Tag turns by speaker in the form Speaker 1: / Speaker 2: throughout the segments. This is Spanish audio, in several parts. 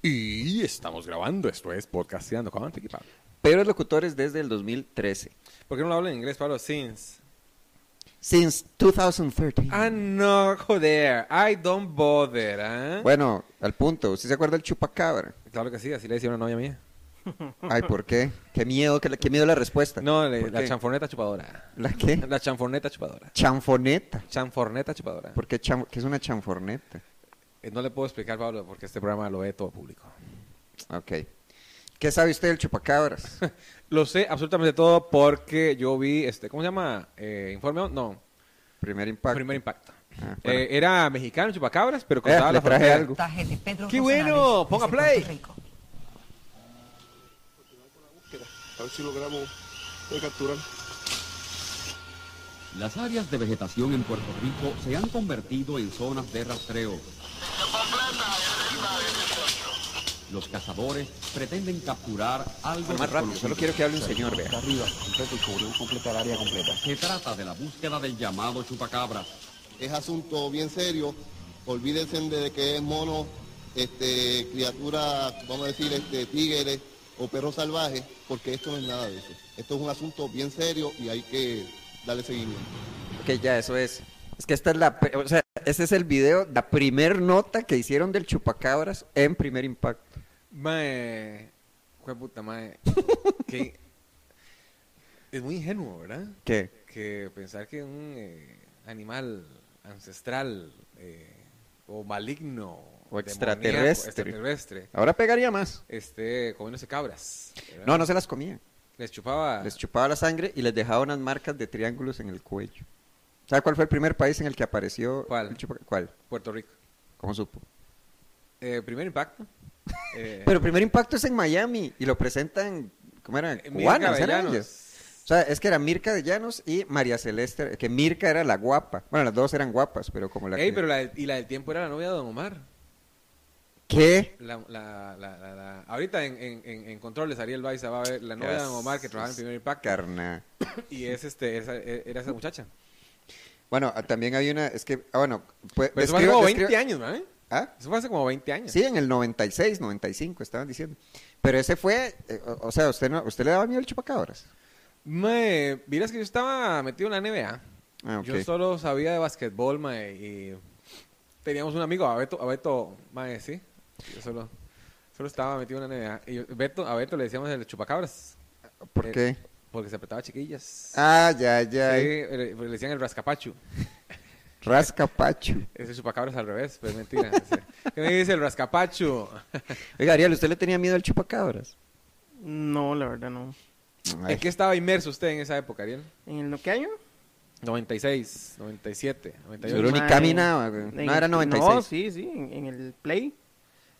Speaker 1: Y estamos grabando, esto es Podcasteando con Piqui Pablo.
Speaker 2: Peores locutores desde el 2013.
Speaker 1: ¿Por qué no lo hablo en inglés, Pablo? Since.
Speaker 2: Since 2013.
Speaker 1: Ah, no, joder. I don't bother, ¿ah?
Speaker 2: Bueno, al punto. ¿Usted se acuerda del chupacabra?
Speaker 1: Claro que sí, así le decía una novia mía.
Speaker 2: Ay, ¿por qué? Qué miedo, qué, qué miedo la respuesta.
Speaker 1: No, le-
Speaker 2: ¿Por
Speaker 1: la
Speaker 2: qué?
Speaker 1: chanforneta chupadora.
Speaker 2: ¿La qué?
Speaker 1: La chanforneta chupadora.
Speaker 2: Chanfoneta.
Speaker 1: Chanforneta chupadora.
Speaker 2: ¿Por qué, chanf- qué es una chanforneta?
Speaker 1: Eh, No le puedo explicar, Pablo, porque este programa lo ve todo público.
Speaker 2: Ok. ¿Qué sabe usted del chupacabras?
Speaker 1: Lo sé absolutamente todo porque yo vi, este, ¿cómo se llama? Eh, Informe, no,
Speaker 2: Primer impacto.
Speaker 1: Primer Impacto.
Speaker 2: Ah,
Speaker 1: Eh, era mexicano, chupacabras, pero
Speaker 2: Eh,
Speaker 1: cruzaba
Speaker 2: le
Speaker 1: la
Speaker 2: traje
Speaker 1: frontera.
Speaker 2: algo.
Speaker 3: reportaje de Pedro
Speaker 1: ¡Qué
Speaker 3: Rosales
Speaker 1: bueno! ¡Ponga
Speaker 3: desde
Speaker 1: play!
Speaker 3: Puerto Rico.
Speaker 4: A ver si logramos eh, capturar.
Speaker 5: Las áreas de vegetación en Puerto Rico se han convertido en zonas de rastreo. Los cazadores pretenden capturar algo
Speaker 2: Más rápido, solo quiero que hable un señor, vea.
Speaker 6: arriba, completo y cubrió completa el área completa.
Speaker 5: Se trata de la búsqueda del llamado chupacabras.
Speaker 4: Es asunto bien serio. Olvídense de que es mono, este, criatura, vamos a decir, este, tigres o perros salvajes, porque esto no es nada de eso. Esto es un asunto bien serio y hay que darle seguimiento.
Speaker 2: Ok, ya, eso es. Es que esta es la... pe- O sea, este es el video, la primer nota que hicieron del chupacabras en Primer Impacto.
Speaker 1: Mae. Jueputa, mae. que es muy ingenuo, ¿verdad?
Speaker 2: ¿Qué?
Speaker 1: Que pensar que un eh, animal ancestral eh, o maligno
Speaker 2: O
Speaker 1: demoníaco,
Speaker 2: extraterrestre.
Speaker 1: extraterrestre,
Speaker 2: Ahora pegaría más.
Speaker 1: este, comiéndose cabras. ¿verdad?
Speaker 2: No, no se las comía.
Speaker 1: Les chupaba.
Speaker 2: Les chupaba la sangre y les dejaba unas marcas de triángulos en el cuello. ¿Sabe cuál fue el primer país en el que apareció?
Speaker 1: ¿Cuál?
Speaker 2: el chupa- ¿Cuál?
Speaker 1: Puerto Rico.
Speaker 2: ¿Cómo supo?
Speaker 1: Eh, primer impacto. Eh,
Speaker 2: Pero primer impacto es en Miami y lo presentan, ¿cómo eran?
Speaker 1: Eh, Mirka
Speaker 2: Cubanas, eran
Speaker 1: Avellanos.
Speaker 2: ellas. O sea, es que era Mirka de Llanos y María Celeste, que Mirka era la guapa. Bueno, las dos eran guapas, pero como la
Speaker 1: Ey,
Speaker 2: que-
Speaker 1: pero la, del- y la del tiempo era la novia de Don Omar.
Speaker 2: ¿Qué?
Speaker 1: La, la, la, la, la- Ahorita en, en, en, en Controles, Ariel Baiza va a ver la novia de Don Omar que trabajaba en Primer Impacto.
Speaker 2: Carna.
Speaker 1: Y es este, esa- e- era esa muchacha.
Speaker 2: Bueno, ah, también había una, es que, ah, bueno, pues,
Speaker 1: Pero eso fue hace
Speaker 2: describa-
Speaker 1: como
Speaker 2: describa-
Speaker 1: 20 años, ¿no?
Speaker 2: ¿Ah?
Speaker 1: Eso fue hace como 20 años.
Speaker 2: Sí, en el 96, 95 estaban diciendo. Pero ese fue, eh, o, o sea, usted no, usted le daba miedo al chupacabras.
Speaker 1: Mae, miras que yo estaba metido en la NBA.
Speaker 2: Ah, ok.
Speaker 1: Yo solo sabía de basquetbol, mae, y teníamos un amigo, a Beto, a Beto, mae, sí. Yo solo, solo estaba metido en la NBA. Y yo- Beto, a Beto le decíamos el chupacabras.
Speaker 2: ¿Por
Speaker 1: Eh,
Speaker 2: qué?
Speaker 1: Porque se apretaba chiquillas.
Speaker 2: Ah, ya,
Speaker 1: Sí,
Speaker 2: ya.
Speaker 1: eh, le decían el rascapachu.
Speaker 2: Rascapacho.
Speaker 1: Ese chupacabras al revés, pero es mentira. Sí. ¿Qué me dice el rascapachu?
Speaker 2: Oiga, Ariel, ¿usted le tenía miedo al chupacabras?
Speaker 7: No, la verdad no.
Speaker 2: Ay,
Speaker 1: ¿En qué estaba inmerso usted en esa época, Ariel?
Speaker 7: ¿En el qué año?
Speaker 1: 96, 97,
Speaker 2: Seguro
Speaker 1: 98.
Speaker 2: ni
Speaker 7: Mae,
Speaker 2: caminaba, güey.
Speaker 7: en
Speaker 2: No, era
Speaker 7: el-
Speaker 2: 96.
Speaker 7: No, sí, sí, en, en el Play.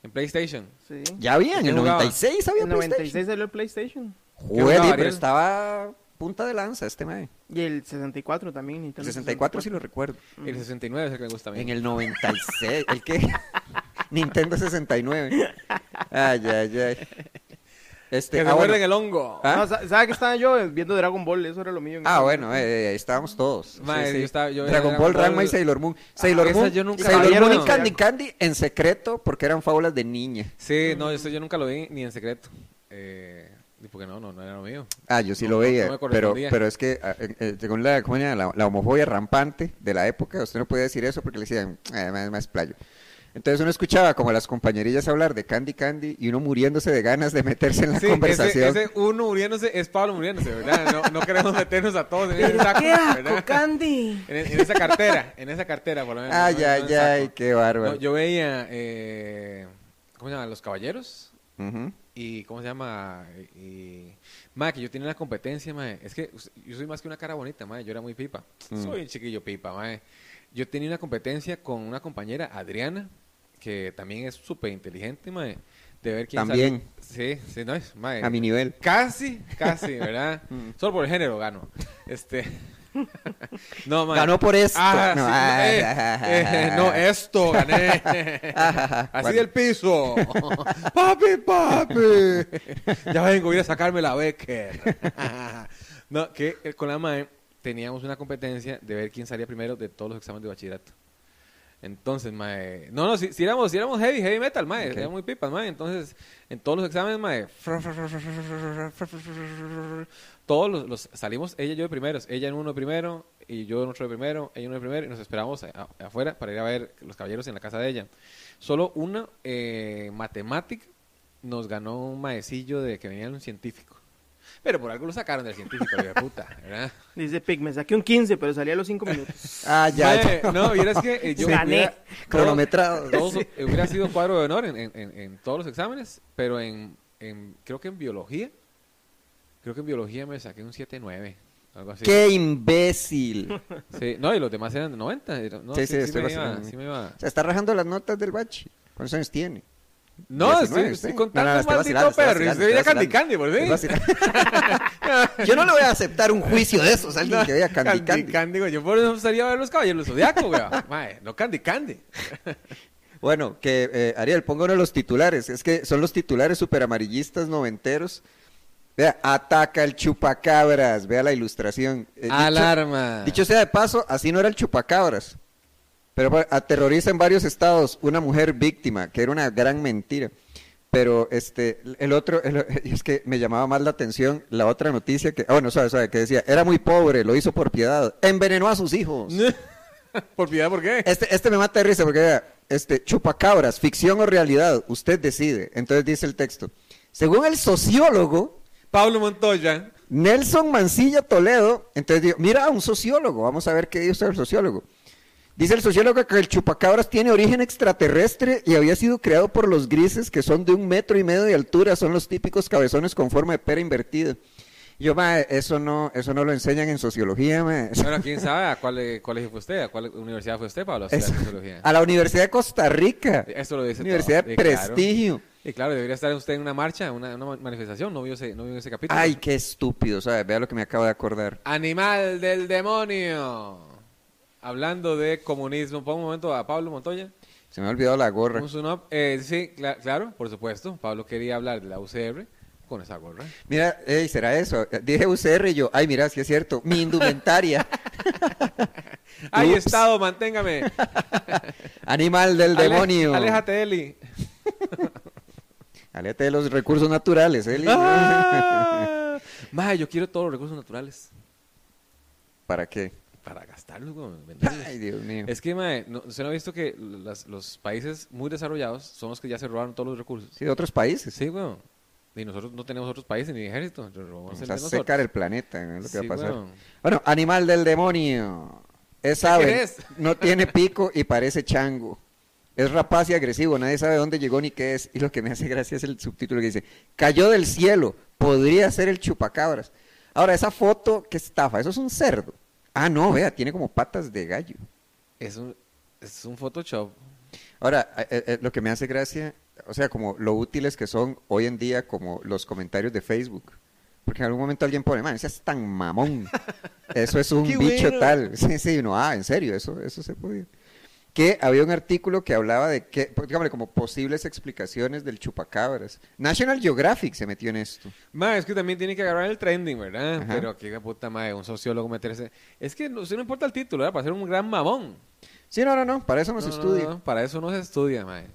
Speaker 1: En PlayStation.
Speaker 7: Sí.
Speaker 2: Ya había, en
Speaker 1: ¿Qué
Speaker 2: el
Speaker 1: jugaba?
Speaker 2: 96 había
Speaker 7: en el 96 salió el PlayStation.
Speaker 2: PlayStation.
Speaker 1: ¿Qué jugaba,
Speaker 2: Jueli,
Speaker 1: Ariel?
Speaker 2: pero estaba punta de lanza este mae.
Speaker 7: Y el 64 también. Nintendo
Speaker 2: El 64 sí lo recuerdo.
Speaker 1: El
Speaker 7: Mm.
Speaker 1: 69 es el que me gusta a mí.
Speaker 2: En el 96, ¿el qué? Nintendo 69. Ay, ay, ay. Este,
Speaker 1: que se
Speaker 2: ah, bueno.
Speaker 1: muerde en el hongo.
Speaker 2: ¿Ah?
Speaker 7: No, sa- ¿Sabe que estaba yo viendo Dragon Ball? Eso era lo mío. en
Speaker 2: Ah,
Speaker 7: ese
Speaker 2: bueno,
Speaker 7: momento.
Speaker 2: eh, eh, ahí estábamos todos.
Speaker 1: Mae,
Speaker 2: Sí, sí.
Speaker 1: yo estaba- yo-
Speaker 2: Dragon
Speaker 1: Dragon
Speaker 2: Ball,
Speaker 1: Ball- Ah,
Speaker 2: Ranma y Sailor Moon. Sailor
Speaker 1: esa
Speaker 2: Moon,
Speaker 1: yo nunca
Speaker 2: Sailor
Speaker 7: la vi,
Speaker 2: Moon y
Speaker 7: no.
Speaker 2: Candy Candy en secreto porque eran fábulas de niña.
Speaker 1: Sí, no, eso yo nunca lo vi ni en secreto. Eh, y porque no, no, no era lo mío.
Speaker 2: Ah, yo sí
Speaker 1: No,
Speaker 2: lo
Speaker 1: no,
Speaker 2: veía,
Speaker 1: no me
Speaker 2: pero,
Speaker 1: correspondía.
Speaker 2: pero es que ah, eh, eh, según la, ¿cómo era? la, la homofobia rampante de la época, usted no podía decir eso porque le decían, "Ah, más, más playo. Entonces uno escuchaba como a las compañerillas hablar de Candy Candy y uno muriéndose de ganas de meterse en la
Speaker 1: Sí,
Speaker 2: conversación.
Speaker 1: ese, ese uno muriéndose es Pablo muriéndose, ¿verdad? No, no queremos meternos a todos
Speaker 2: eh.
Speaker 1: en ese saco,
Speaker 7: ¡Qué asco,
Speaker 1: ¿verdad?
Speaker 7: Candy!
Speaker 1: En, en esa cartera, en esa cartera, por lo menos.
Speaker 2: Ay,
Speaker 1: no, no en
Speaker 2: ay,
Speaker 1: el
Speaker 2: ay,
Speaker 1: saco.
Speaker 2: qué bárbaro.
Speaker 1: No, yo veía, eh, ¿cómo se llama? Los Caballeros.
Speaker 2: Ujú.
Speaker 1: Y, ¿cómo se llama? Y, ma, que yo tenía una competencia, ma. Es que us- yo soy más que una cara bonita, ma. Yo era muy pipa.
Speaker 2: Mm.
Speaker 1: Soy un chiquillo pipa, ma. Yo tenía una competencia con una compañera, Adriana, que también es súper inteligente, ma. De ver quién
Speaker 2: También.
Speaker 1: sale- Sí, sí, no es, ma.
Speaker 2: A Mm. mi nivel.
Speaker 1: Casi, casi, ¿verdad? Solo por el género gano. Este. no, ma.
Speaker 2: Ganó por esto.
Speaker 1: Ah,
Speaker 2: No,
Speaker 1: sí,
Speaker 2: ah,
Speaker 1: eh,
Speaker 2: ah,
Speaker 1: eh,
Speaker 2: ah,
Speaker 1: no,
Speaker 2: ah.
Speaker 1: esto gané. Así
Speaker 2: Bueno.
Speaker 1: del piso. papi, papi. ya vengo, voy a ir a sacarme la Becker. no, que eh, con la MAE teníamos una competencia de ver quién salía primero de todos los exámenes de bachillerato. Entonces, mae. No, no, si, si éramos, si éramos heavy, heavy metal, mae.
Speaker 2: Ok.
Speaker 1: Era muy pipas, mae. Entonces, en todos los exámenes, mae. Todos los, los- salimos, ella y yo de primeros. Ella en uno de primero, y yo en otro de primero, ella en uno de primero, y nos esperamos a- a- afuera para ir a ver los caballeros en la casa de ella. Solo una eh, matemática nos ganó un maecillo de que venía de un científico. Pero por algo lo sacaron del científico, la hija de puta, ¿verdad?
Speaker 7: Dice Pic, me saqué un 15, pero salí a los 5 minutos.
Speaker 2: Ah, ya.
Speaker 1: Mae,
Speaker 2: ya.
Speaker 1: No, vieras que eh, yo
Speaker 2: Se
Speaker 7: Gané.
Speaker 2: hubiera Cronometrado.
Speaker 1: todos eh, hubiera sido cuadro de honor en, en- en- en todos los exámenes, pero en, en- creo que en biología, creo que en biología me saqué un 7-9, algo así.
Speaker 2: ¡Qué imbécil!
Speaker 1: Sí, no, y los demás eran de 90. era- No,
Speaker 2: Sí, sí, estoy
Speaker 1: me iba,
Speaker 2: vacilando.
Speaker 1: sí me iba-
Speaker 2: O sea, está rajando las notas del bache. ¿Cuántos años tiene?
Speaker 1: No,
Speaker 2: 19,
Speaker 1: estoy,
Speaker 2: usted.
Speaker 1: estoy
Speaker 2: No,
Speaker 1: contando
Speaker 2: no, no,
Speaker 1: un
Speaker 2: estoy vacilando,
Speaker 1: maldito
Speaker 2: estoy
Speaker 1: perro. y se
Speaker 2: vacilando,
Speaker 1: veía
Speaker 2: estoy
Speaker 1: Candy Candy, por
Speaker 2: Estoy
Speaker 1: sí.
Speaker 2: vacilando. Yo no le voy a aceptar un juicio de esos a alguien que vea Candy Candy.
Speaker 1: güey, Yo por eso gustaría ver los caballeros zodiacos, güey. Mae, no Candy Candy.
Speaker 2: Bueno, que eh, Ariel, pónganos los titulares. Es que son los titulares superamarillistas noventeros. Vea, ataca el chupacabras. Vea la ilustración. Eh, dicho-
Speaker 1: Alarma.
Speaker 2: Dicho sea de paso, así no era el chupacabras. Pero bueno, aterroriza en varios estados una mujer víctima, que era una gran mentira. Pero este, el otro, el- es que me llamaba más la atención la otra noticia que, ah, bueno, sabe, sabe, que decía, era muy pobre, lo hizo por piedad, envenenó a sus hijos.
Speaker 1: ¿Por piedad por qué?
Speaker 2: Este, este me mata de risa porque vea, este, chupacabras, ficción o realidad, usted decide. Entonces dice el texto. Según el sociólogo
Speaker 1: Pablo Montoya.
Speaker 2: Nelson Mancilla Toledo, entonces digo, mira, un sociólogo, vamos a ver qué dice el sociólogo. Dice el sociólogo que el chupacabras tiene origen extraterrestre y había sido creado por los grises que son de un metro y medio de altura, son los típicos cabezones con forma de pera invertida. Yo, mae, eso no, eso no lo enseñan en sociología, mae.
Speaker 1: Bueno, quién sabe a cuál eh, colegio fue usted, a cuál universidad fue usted, Pablo, a estudiar
Speaker 2: Eso-
Speaker 1: sociología.
Speaker 2: a la Universidad de Costa Rica.
Speaker 1: Eso lo dice
Speaker 2: Universidad
Speaker 1: todo.
Speaker 2: de
Speaker 1: Sí, claro.
Speaker 2: prestigio.
Speaker 1: Y claro, debería estar usted en una marcha, una, una manifestación, no vio ese, no vio ese capítulo.
Speaker 2: Ay, qué estúpido, ¿sabes? Vea lo que me acabo de acordar.
Speaker 1: Animal del demonio. Hablando de comunismo, pongo un momento a Pablo Montoya.
Speaker 2: Se me ha olvidado la gorra.
Speaker 1: Un zoom up. Eh, sí, cla- claro, por supuesto. Pablo quería hablar de la UCR con esa gorra.
Speaker 2: Mira, ey, será eso. Dije UCR y yo, ay, mira, sí es cierto, mi indumentaria.
Speaker 1: ¡Ay,
Speaker 2: Ups.
Speaker 1: Estado, manténgame!
Speaker 2: Animal del
Speaker 1: Ale-
Speaker 2: demonio.
Speaker 1: ¡Aléjate, Eli!
Speaker 2: Aléjate de los recursos naturales, ¿eh, Eli.
Speaker 1: ¡Ah! Ma, yo quiero todos los recursos naturales
Speaker 2: ¿Para qué?
Speaker 1: para gastarlos, güey, venderlos.
Speaker 2: Ay, Dios mío.
Speaker 1: Es que, mae, no, ¿usted no ha visto que las- los países muy desarrollados son los que ya se robaron todos los recursos?
Speaker 2: Sí, de otros países.
Speaker 1: Sí, weón. Y nosotros no tenemos otros países ni ejército. nos robamos
Speaker 2: Vamos
Speaker 1: el
Speaker 2: a
Speaker 1: de nosotros.
Speaker 2: secar el planeta, es lo que
Speaker 1: Sí,
Speaker 2: va a pasar.
Speaker 1: weón.
Speaker 2: Bueno, animal del demonio. Es ave,
Speaker 1: querés?
Speaker 2: no tiene pico y parece chango. Es rapaz y agresivo, nadie sabe dónde llegó ni qué es. Y lo que me hace gracia es el subtítulo que dice, cayó del cielo, podría ser el chupacabras. Ahora, esa foto, qué estafa, eso es un cerdo. Ah, no, vea, tiene como patas de gallo.
Speaker 1: Es un, es un Photoshop.
Speaker 2: Ahora, eh, eh, eh, lo que me hace gracia, o sea, como lo útiles que son hoy en día como los comentarios de Facebook. Porque en algún momento alguien pone, man, ese es tan mamón. Eso es un
Speaker 1: Qué
Speaker 2: bicho
Speaker 1: bueno.
Speaker 2: tal. Sí, sí, no, ah, en serio, eso, eso se podía. Que había un artículo que hablaba de que, pues, digámosle, como posibles explicaciones del chupacabras. National Geographic se metió en esto.
Speaker 1: Ma, es que también tiene que agarrar el trending, ¿verdad?
Speaker 2: Ajá.
Speaker 1: Pero qué puta madre, un sociólogo meterse. Es que no, usted no importa el título, ¿verdad? Para ser un gran mamón.
Speaker 2: Sí, no, no, no, para eso no, se
Speaker 1: No, no,
Speaker 2: estudia.
Speaker 1: no, para eso no se estudia, mae.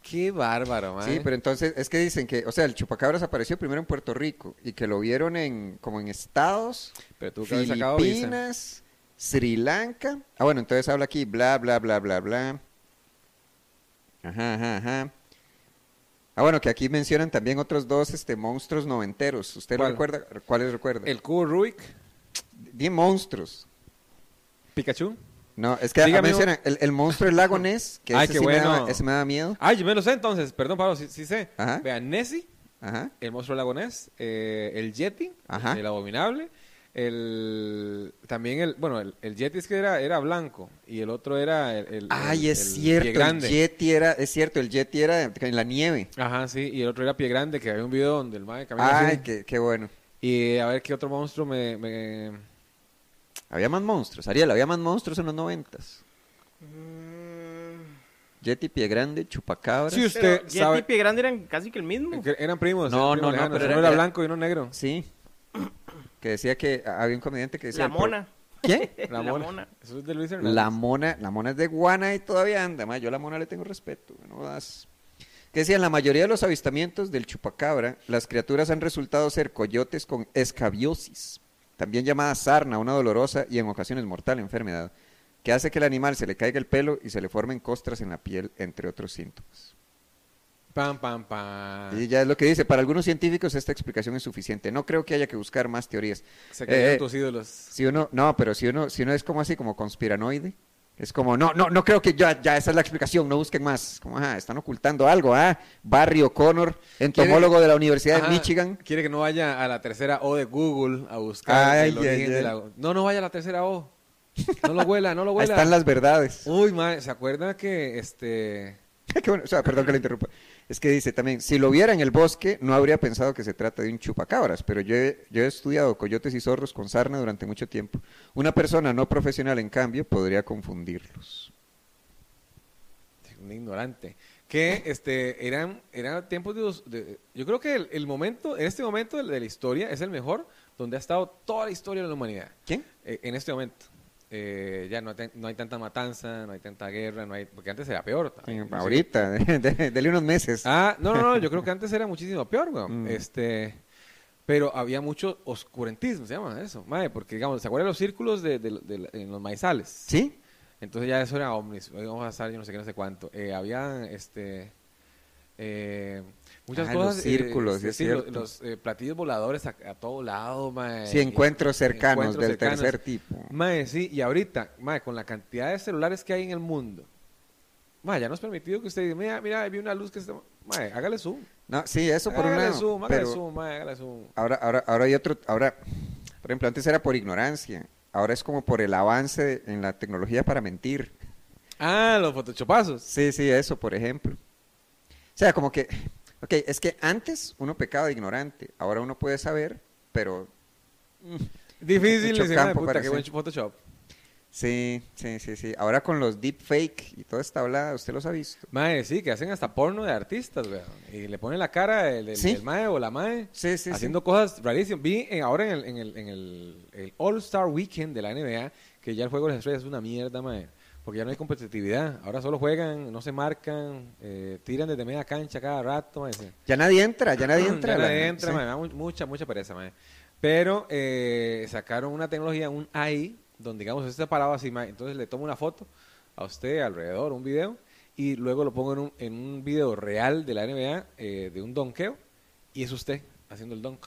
Speaker 1: Qué bárbaro, mae.
Speaker 2: Sí, pero entonces es que dicen que, o sea, el chupacabras apareció primero en Puerto Rico y que lo vieron en como en estados,
Speaker 1: Pero tuvo que haber sacado visa.
Speaker 2: Filipinas, Sri Lanka. Ah, bueno, entonces habla aquí bla bla bla bla bla. Ajá, ajá, ajá. Ah, bueno, que aquí mencionan también otros dos este monstruos noventeros. ¿Usted lo
Speaker 1: ¿Cuál?
Speaker 2: recuerda? ¿Cuáles recuerda?
Speaker 1: El cubo Rubik,
Speaker 2: Di monstruos.
Speaker 1: Pikachu.
Speaker 2: No, es que ah,
Speaker 1: Dígame un-
Speaker 2: mencionan el, el monstruo del lago Ness, que
Speaker 1: Ay,
Speaker 2: ese
Speaker 1: qué
Speaker 2: sí me
Speaker 1: bueno. Ah.
Speaker 2: daba- ese me daba miedo.
Speaker 1: Ay, yo me lo sé entonces. Perdón, Pablo, sí, sí sé.
Speaker 2: Ajá.
Speaker 1: Vean, Nessie.
Speaker 2: Ajá.
Speaker 1: el monstruo lagonés, eh, el Yeti,
Speaker 2: Ajá.
Speaker 1: el abominable, el también el, bueno, el, el Yeti es que era, era blanco y el otro era el, el-
Speaker 2: Ay,
Speaker 1: el-
Speaker 2: es
Speaker 1: el
Speaker 2: cierto,
Speaker 1: pie
Speaker 2: el
Speaker 1: grande.
Speaker 2: Yeti era, es cierto, el Yeti era en la nieve.
Speaker 1: Ajá, sí, y el otro era pie grande, que había un video donde el mae camina
Speaker 2: Ay,
Speaker 1: así.
Speaker 2: qué, qué bueno.
Speaker 1: Y a ver qué otro monstruo me, me-
Speaker 2: Había más monstruos, Ariel, había más monstruos en los noventas. Yeti Pie Grande, Chupacabras.
Speaker 1: Sí, usted-
Speaker 7: Mm, Pero Yeti
Speaker 1: sabe-
Speaker 7: y Pie Grande eran casi que el mismo.
Speaker 1: que eran primos, eran
Speaker 2: No,
Speaker 1: primos
Speaker 2: no, no,
Speaker 1: lejanos, uno
Speaker 2: pero era-
Speaker 1: era,
Speaker 2: era-
Speaker 1: blanco y uno negro.
Speaker 2: Sí. Que decía que había un comediante que decía.
Speaker 7: La
Speaker 2: el pro-
Speaker 7: mona.
Speaker 2: ¿Quién?
Speaker 1: La
Speaker 7: La
Speaker 1: mona.
Speaker 7: mona.
Speaker 1: Eso es de Luis Hernández.
Speaker 2: La mona, la mona es de Guana y todavía anda, ma, Yo a la mona le tengo respeto, no jodas. Que decían, la mayoría de los avistamientos del chupacabra, las criaturas han resultado ser coyotes con escabiosis, también llamada sarna, una dolorosa y en ocasiones mortal enfermedad, que hace que el animal se le caiga el pelo y se le formen costras en la piel, entre otros síntomas.
Speaker 1: Pam, pam, pam.
Speaker 2: Y ya es lo que dice, para algunos científicos esta explicación es suficiente. No creo que haya que buscar más teorías.
Speaker 1: Se cayeron
Speaker 2: Eh, eh,
Speaker 1: tus ídolos.
Speaker 2: si uno, no, pero si uno, si uno es como así, como conspiranoide, es como, no, no, no creo que ya, ya esa es la explicación, no busquen más. Como, ajá, están ocultando algo, ah, Barry O'Connor, entomólogo de la Universidad
Speaker 1: Ajá,
Speaker 2: de Michigan.
Speaker 1: Quiere que no vaya a la tercera O de Google a buscar
Speaker 2: Ay,
Speaker 1: el origen
Speaker 2: ay,
Speaker 1: de
Speaker 2: ay.
Speaker 1: la O. No, no vaya a la tercera O. No lo huela, no lo
Speaker 2: Ahí
Speaker 1: huela.
Speaker 2: están las verdades.
Speaker 1: Uy, madre, ¿se acuerdan que este...
Speaker 2: Qué bueno, o sea, perdón que lo interrumpa. Es que dice también, si lo viera en el bosque, no habría pensado que se trata de un chupacabras, pero yo he, yo he estudiado coyotes y zorros con sarna durante mucho tiempo. Una persona no profesional, en cambio, podría confundirlos.
Speaker 1: un ignorante, que este, eran, eran tiempos de, los- de- Yo creo que el, el momento, en este momento de la historia es el mejor donde ha estado toda la historia de la humanidad.
Speaker 2: ¿Quién?
Speaker 1: Eh, en este momento. Eh, ya no hay, tan- no hay tanta matanza, no hay tanta guerra, no hay... Porque antes era peor. también, inclusive.
Speaker 2: Ahorita, de- de- dele unos meses.
Speaker 1: Ah, no, no, no, yo creo que antes era muchísimo peor, weón.
Speaker 2: Mm.
Speaker 1: Este, pero había mucho oscurantismo, se llama eso, madre, porque digamos, ¿se acuerdan los círculos de, de- de- en los maizales?
Speaker 2: ¿Sí?
Speaker 1: Entonces ya eso era ovnis, hoy vamos a estar yo no sé qué, no sé cuánto. Eh, había este, eh, muchas
Speaker 2: Ah, los
Speaker 1: cosas. eh,
Speaker 2: círculos, sí, es
Speaker 1: sí, lo-
Speaker 2: cierto.
Speaker 1: los, eh, platillos voladores a, a todo lado, mae. Eh,
Speaker 2: Sí, encuentros cercanos
Speaker 1: Encuentros
Speaker 2: del
Speaker 1: cercanos.
Speaker 2: tercer tipo.
Speaker 1: Mae, sí, y ahorita, mae, con la cantidad de celulares que hay en el mundo, mae, ya nos permitido que usted diga, mira, mira, ahí vi una luz que está... Mae, hágale zoom.
Speaker 2: No, sí, eso por un
Speaker 1: hágale
Speaker 2: lado.
Speaker 1: zoom, hágale
Speaker 2: pero
Speaker 1: zoom, mae, hágale zoom.
Speaker 2: ahora, ahora, ahora hay otro, ahora, por ejemplo, antes era por ignorancia, ahora es como por el avance en la tecnología para mentir.
Speaker 1: Ah, los photoshopazos.
Speaker 2: Sí, sí, eso, por ejemplo. O sea, como que, ok, es que antes uno pecaba de ignorante, ahora uno puede saber, pero
Speaker 1: Difícil
Speaker 2: Mucho
Speaker 1: decir, mae,
Speaker 2: campo
Speaker 1: puta,
Speaker 2: para
Speaker 1: qué buen
Speaker 2: hacer.
Speaker 1: photoshop.
Speaker 2: sí, sí, sí, sí. Ahora con los deepfake y toda esta hablada, usted los ha visto.
Speaker 1: Mae, sí, que hacen hasta porno de artistas, weón. Y le ponen la cara del, del-
Speaker 2: Sí.
Speaker 1: del mae o la mae.
Speaker 2: Sí, sí, sí.
Speaker 1: haciendo cosas rarísimas. Vi en- ahora en, el, en, el, en el, el All-Star Weekend de la NBA que ya el juego de las estrellas es una mierda, mae. Porque ya no hay competitividad. Ahora solo juegan, no se marcan, eh, tiran desde media cancha cada rato, mae. sí.
Speaker 2: Ya nadie entra, ya nadie
Speaker 1: Ya
Speaker 2: entra.
Speaker 1: nadie
Speaker 2: la-
Speaker 1: entra,
Speaker 2: sí.
Speaker 1: mae, me da mu- mucha, mucha pereza, mae. Pero eh, sacaron una tecnología, un AI, donde digamos, usted está parado así, mae, entonces le tomo una foto a usted alrededor, un video, y luego lo pongo en un, en un video real de la NBA eh, de un donkeo, y es usted haciendo el donk.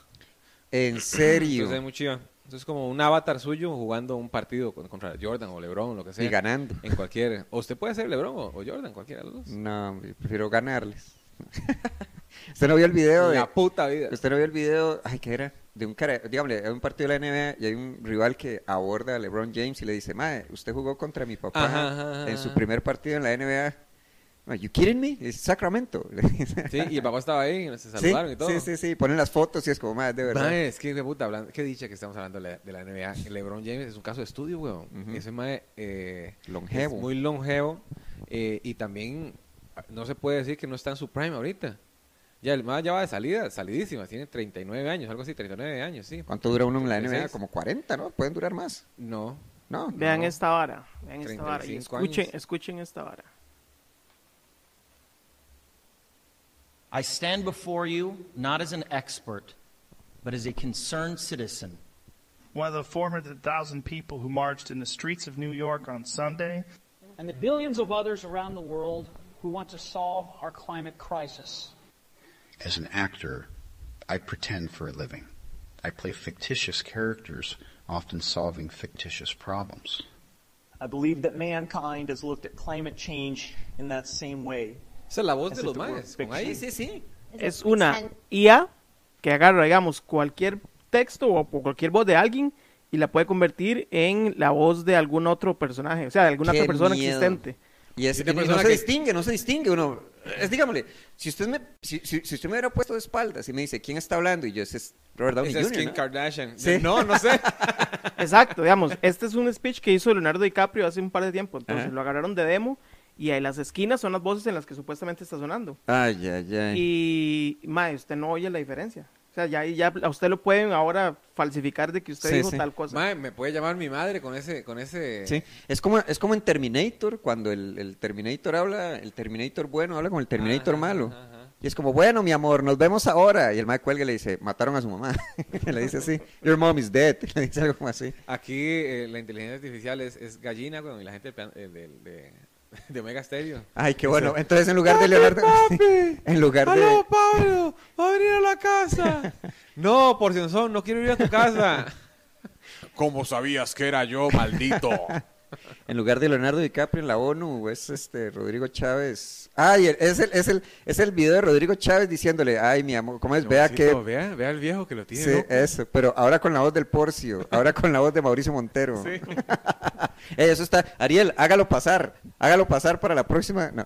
Speaker 2: En serio.
Speaker 1: Entonces es muy chiva. Entonces como un avatar suyo jugando un partido con- contra Jordan o LeBron, lo que sea.
Speaker 2: Y ganando. Mm.
Speaker 1: En cualquier... O usted puede ser LeBron o, o Jordan, cualquiera de los dos.
Speaker 2: No, hombre, prefiero ganarles. usted no vio el video de.
Speaker 1: La puta vida.
Speaker 2: Usted no vio el video. Ay, ¿qué era? De un cara. Dígame, hay un partido de la NBA y hay un rival que aborda a LeBron James y le dice: Mae, usted jugó contra mi papá
Speaker 1: Ajá, ajá, ajá.
Speaker 2: en su primer partido en la NBA. No, ¿You kidding me? Es Sacramento. Le dice.
Speaker 1: Sí, y el papá estaba ahí, se
Speaker 2: Sí,
Speaker 1: saludaron y todo.
Speaker 2: sí, sí, sí, Ponen las fotos y es como, Mae, de verdad.
Speaker 1: Mae, es que, hijo de puta, hablando, qué dicha que estamos hablando de la, de la NBA. LeBron James es un caso de estudio, weón.
Speaker 2: Ujú.
Speaker 1: Ese mae eh,
Speaker 2: Longevo.
Speaker 1: es muy longevo eh, y también ah, no se puede decir que no está en su prime ahorita. Ya, el mae ya va de salida, salidísima. Tiene 39 años, algo así, 39 años, sí.
Speaker 2: ¿Cuánto dura uno en la NBA?
Speaker 1: 36.
Speaker 2: Como 40, ¿no? Pueden durar más.
Speaker 1: No.
Speaker 2: No.
Speaker 7: Vean
Speaker 2: no.
Speaker 7: esta vara. Vean esta vara. Y
Speaker 1: 35
Speaker 7: escuchen,
Speaker 1: años.
Speaker 7: escuchen esta vara.
Speaker 3: I stand before you not as an expert, but as a concerned citizen.
Speaker 8: one of the 400,000 people who marched in the streets of New York on Sunday
Speaker 9: and the billions of others around the world who want to solve our climate crisis.
Speaker 10: As an actor, I pretend for a living. I play fictitious characters, often solving fictitious problems.
Speaker 9: I believe that mankind has looked at climate change in that same way.
Speaker 1: Esa es la voz
Speaker 9: Ese
Speaker 1: de los
Speaker 9: tuvo
Speaker 1: maes.
Speaker 9: picture.
Speaker 1: con ahí. Sí, sí.
Speaker 7: Es una IA que agarra, digamos, cualquier texto o o cualquier voz de alguien y la puede convertir en la voz de algún otro personaje, o sea, de alguna
Speaker 2: Qué
Speaker 7: otra persona
Speaker 2: miedo.
Speaker 7: existente.
Speaker 2: Y, es,
Speaker 1: Y una
Speaker 2: y
Speaker 1: persona
Speaker 2: no se
Speaker 1: que-
Speaker 2: distingue, no se distingue uno. Es, digámosle, si usted, me, si, si- si usted me hubiera puesto de espaldas y me dice, ¿quién está hablando? Y yo, ese es Robert Downey
Speaker 1: Esa es
Speaker 2: Jr.,
Speaker 1: Kim
Speaker 2: ¿no?
Speaker 1: Kardashian.
Speaker 2: Sí.
Speaker 1: No, no sé.
Speaker 7: Exacto, digamos, este es un speech que hizo Leonardo DiCaprio hace un par de tiempo, entonces
Speaker 2: Ajá.
Speaker 7: lo agarraron de demo y ahí las esquinas son las voces en las que supuestamente está sonando.
Speaker 2: Ay, ay, ay.
Speaker 7: Y, mae, usted no oye la diferencia. O sea, ya, ya a usted lo pueden ahora falsificar de que usted
Speaker 2: Sí,
Speaker 7: dijo
Speaker 2: sí.
Speaker 7: tal cosa.
Speaker 1: Mae, me puede llamar mi madre con ese, con ese.
Speaker 2: Sí, es como, es como en Terminator, cuando el, el Terminator habla, el Terminator bueno habla con el Terminator malo. Y es como, bueno, mi amor, nos vemos ahora. Y el Mike cuelga y le dice, mataron a su mamá. le dice así, your mom is dead. Le dice algo como así.
Speaker 1: Aquí eh, la inteligencia artificial es, es gallina, weón, y la gente del plan- eh, del- de, de Omega Stereo.
Speaker 2: Ay, qué bueno. Entonces, en lugar de Leonardo... en lugar de...
Speaker 1: Pablo! ¡Va a venir a la casa! no, por Sansón, no quiero ir a tu casa. ¿Cómo sabías que era yo, maldito?
Speaker 2: En lugar de Leonardo DiCaprio en la ONU, es este Rodrigo Chávez. Ay, es el, es el, es el video de Rodrigo Chávez diciéndole, ay, mi amor, ¿cómo es? Vea que...
Speaker 1: Pues Vea, vea el viejo que lo tiene.
Speaker 2: Sí,
Speaker 1: loco.
Speaker 2: eso, pero ahora con la voz del Porcio, ahora con la voz de Mauricio Montero.
Speaker 1: Sí.
Speaker 2: Eh, eso está, Ariel, hágalo pasar, hágalo pasar para la próxima.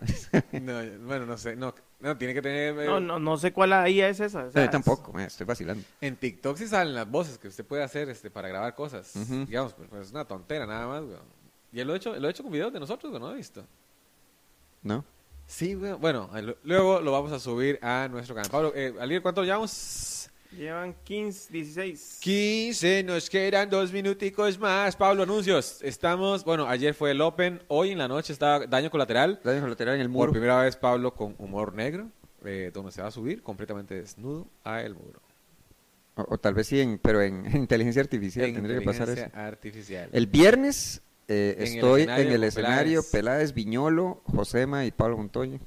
Speaker 2: No,
Speaker 1: eh. No, bueno, no sé. No, no, tiene que tener. eh,
Speaker 7: No, no, no sé cuál IA es esa. o sea,
Speaker 2: yo tampoco, eh, estoy vacilando.
Speaker 1: En TikTok sí salen las voces que usted puede hacer este, para grabar cosas.
Speaker 2: Ujú.
Speaker 1: Digamos, pero, pero es una tontera nada más, weón. Y él lo ha hecho, lo ha hecho con videos de nosotros, weón, ¿no he visto?
Speaker 2: ¿No?
Speaker 1: Sí, weón. Bueno, eh, lo- luego lo vamos a subir a nuestro canal. Pablo, eh, Alier, ¿cuánto llevamos?
Speaker 7: Llevan 15, 16.
Speaker 1: 15, nos quedan dos minuticos más. Pablo, anuncios. Estamos, bueno, ayer fue el Open, hoy en la noche está Daño Colateral.
Speaker 2: Daño colateral en el
Speaker 1: Por
Speaker 2: muro.
Speaker 1: primera vez Pablo con humor negro, eh, donde se va a subir completamente desnudo a el muro.
Speaker 2: O, o tal vez sí, en- pero en, en inteligencia artificial
Speaker 1: En
Speaker 2: tendría que pasar eso.
Speaker 1: inteligencia artificial.
Speaker 2: El viernes eh,
Speaker 1: En el
Speaker 2: estoy
Speaker 1: escenario
Speaker 2: en el
Speaker 1: con
Speaker 2: escenario
Speaker 1: Peláez.
Speaker 2: Peláez. Viñolo, Josema y Pablo Montoya.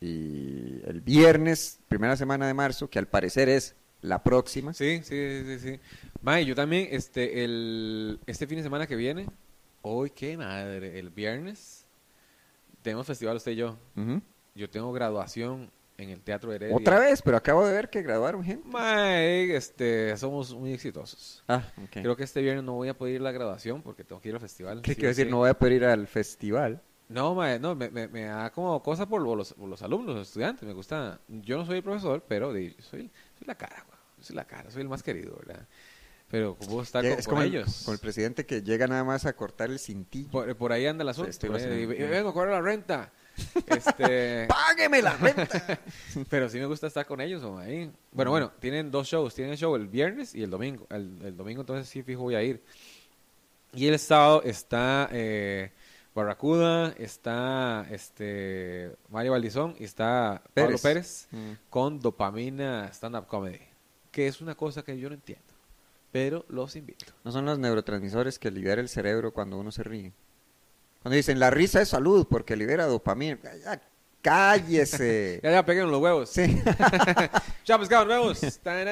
Speaker 2: Y el viernes, primera semana de marzo, que al parecer es la próxima.
Speaker 1: Sí, sí, sí, sí. Mae, yo también, este, el, este fin de semana que viene, hoy qué madre, el viernes, tenemos festival usted y yo.
Speaker 2: Ujú.
Speaker 1: Yo tengo graduación en el Teatro Heredia.
Speaker 2: Otra vez, pero acabo de ver que graduaron gente.
Speaker 1: Mae, este, somos muy exitosos.
Speaker 2: Ah, ok. Creo,
Speaker 1: Creo que este viernes no voy a poder ir a la graduación porque tengo que ir al festival.
Speaker 2: que
Speaker 1: sí
Speaker 2: iba a
Speaker 1: o
Speaker 2: decir,
Speaker 1: sí.
Speaker 2: no voy a poder ir al festival.
Speaker 1: No, mae, no, me, me- me da como cosa por los, por los alumnos, los estudiantes, me gusta. Yo no soy el profesor, pero de- soy, soy la cara, güey, soy la cara, soy el más querido, ¿verdad? Pero ¿cómo estar
Speaker 2: Llega-
Speaker 1: con,
Speaker 2: es
Speaker 1: con
Speaker 2: como el,
Speaker 1: ellos?
Speaker 2: como el presidente que llega nada más a cortar el cintillo.
Speaker 1: Por, por ahí anda el asunto.
Speaker 2: estoy
Speaker 1: por ahí,
Speaker 2: vacilando.
Speaker 1: y- y vengo a cobrar la renta. Este,
Speaker 2: ¡Págueme la renta!
Speaker 1: pero sí me gusta estar con ellos, o ahí. Bueno, bueno, tienen dos shows. Tienen el show el viernes y el domingo. El, el domingo entonces sí fijo voy a ir. Y el sábado está eh, Barracuda, está este Mario Valdizón y está Pablo Pérez
Speaker 2: Pérez. Mm.
Speaker 1: con Dopamina Stand Up Comedy. Que es una cosa que yo no entiendo. Pero los invito.
Speaker 2: No son los neurotransmisores que libera el cerebro cuando uno se ríe. Cuando dicen, la risa es salud porque libera dopamina. Ya, ya, cállese.
Speaker 1: Ya, ya, peguen los huevos. pues,
Speaker 2: sí.
Speaker 1: Ya, pescado, nos vemos.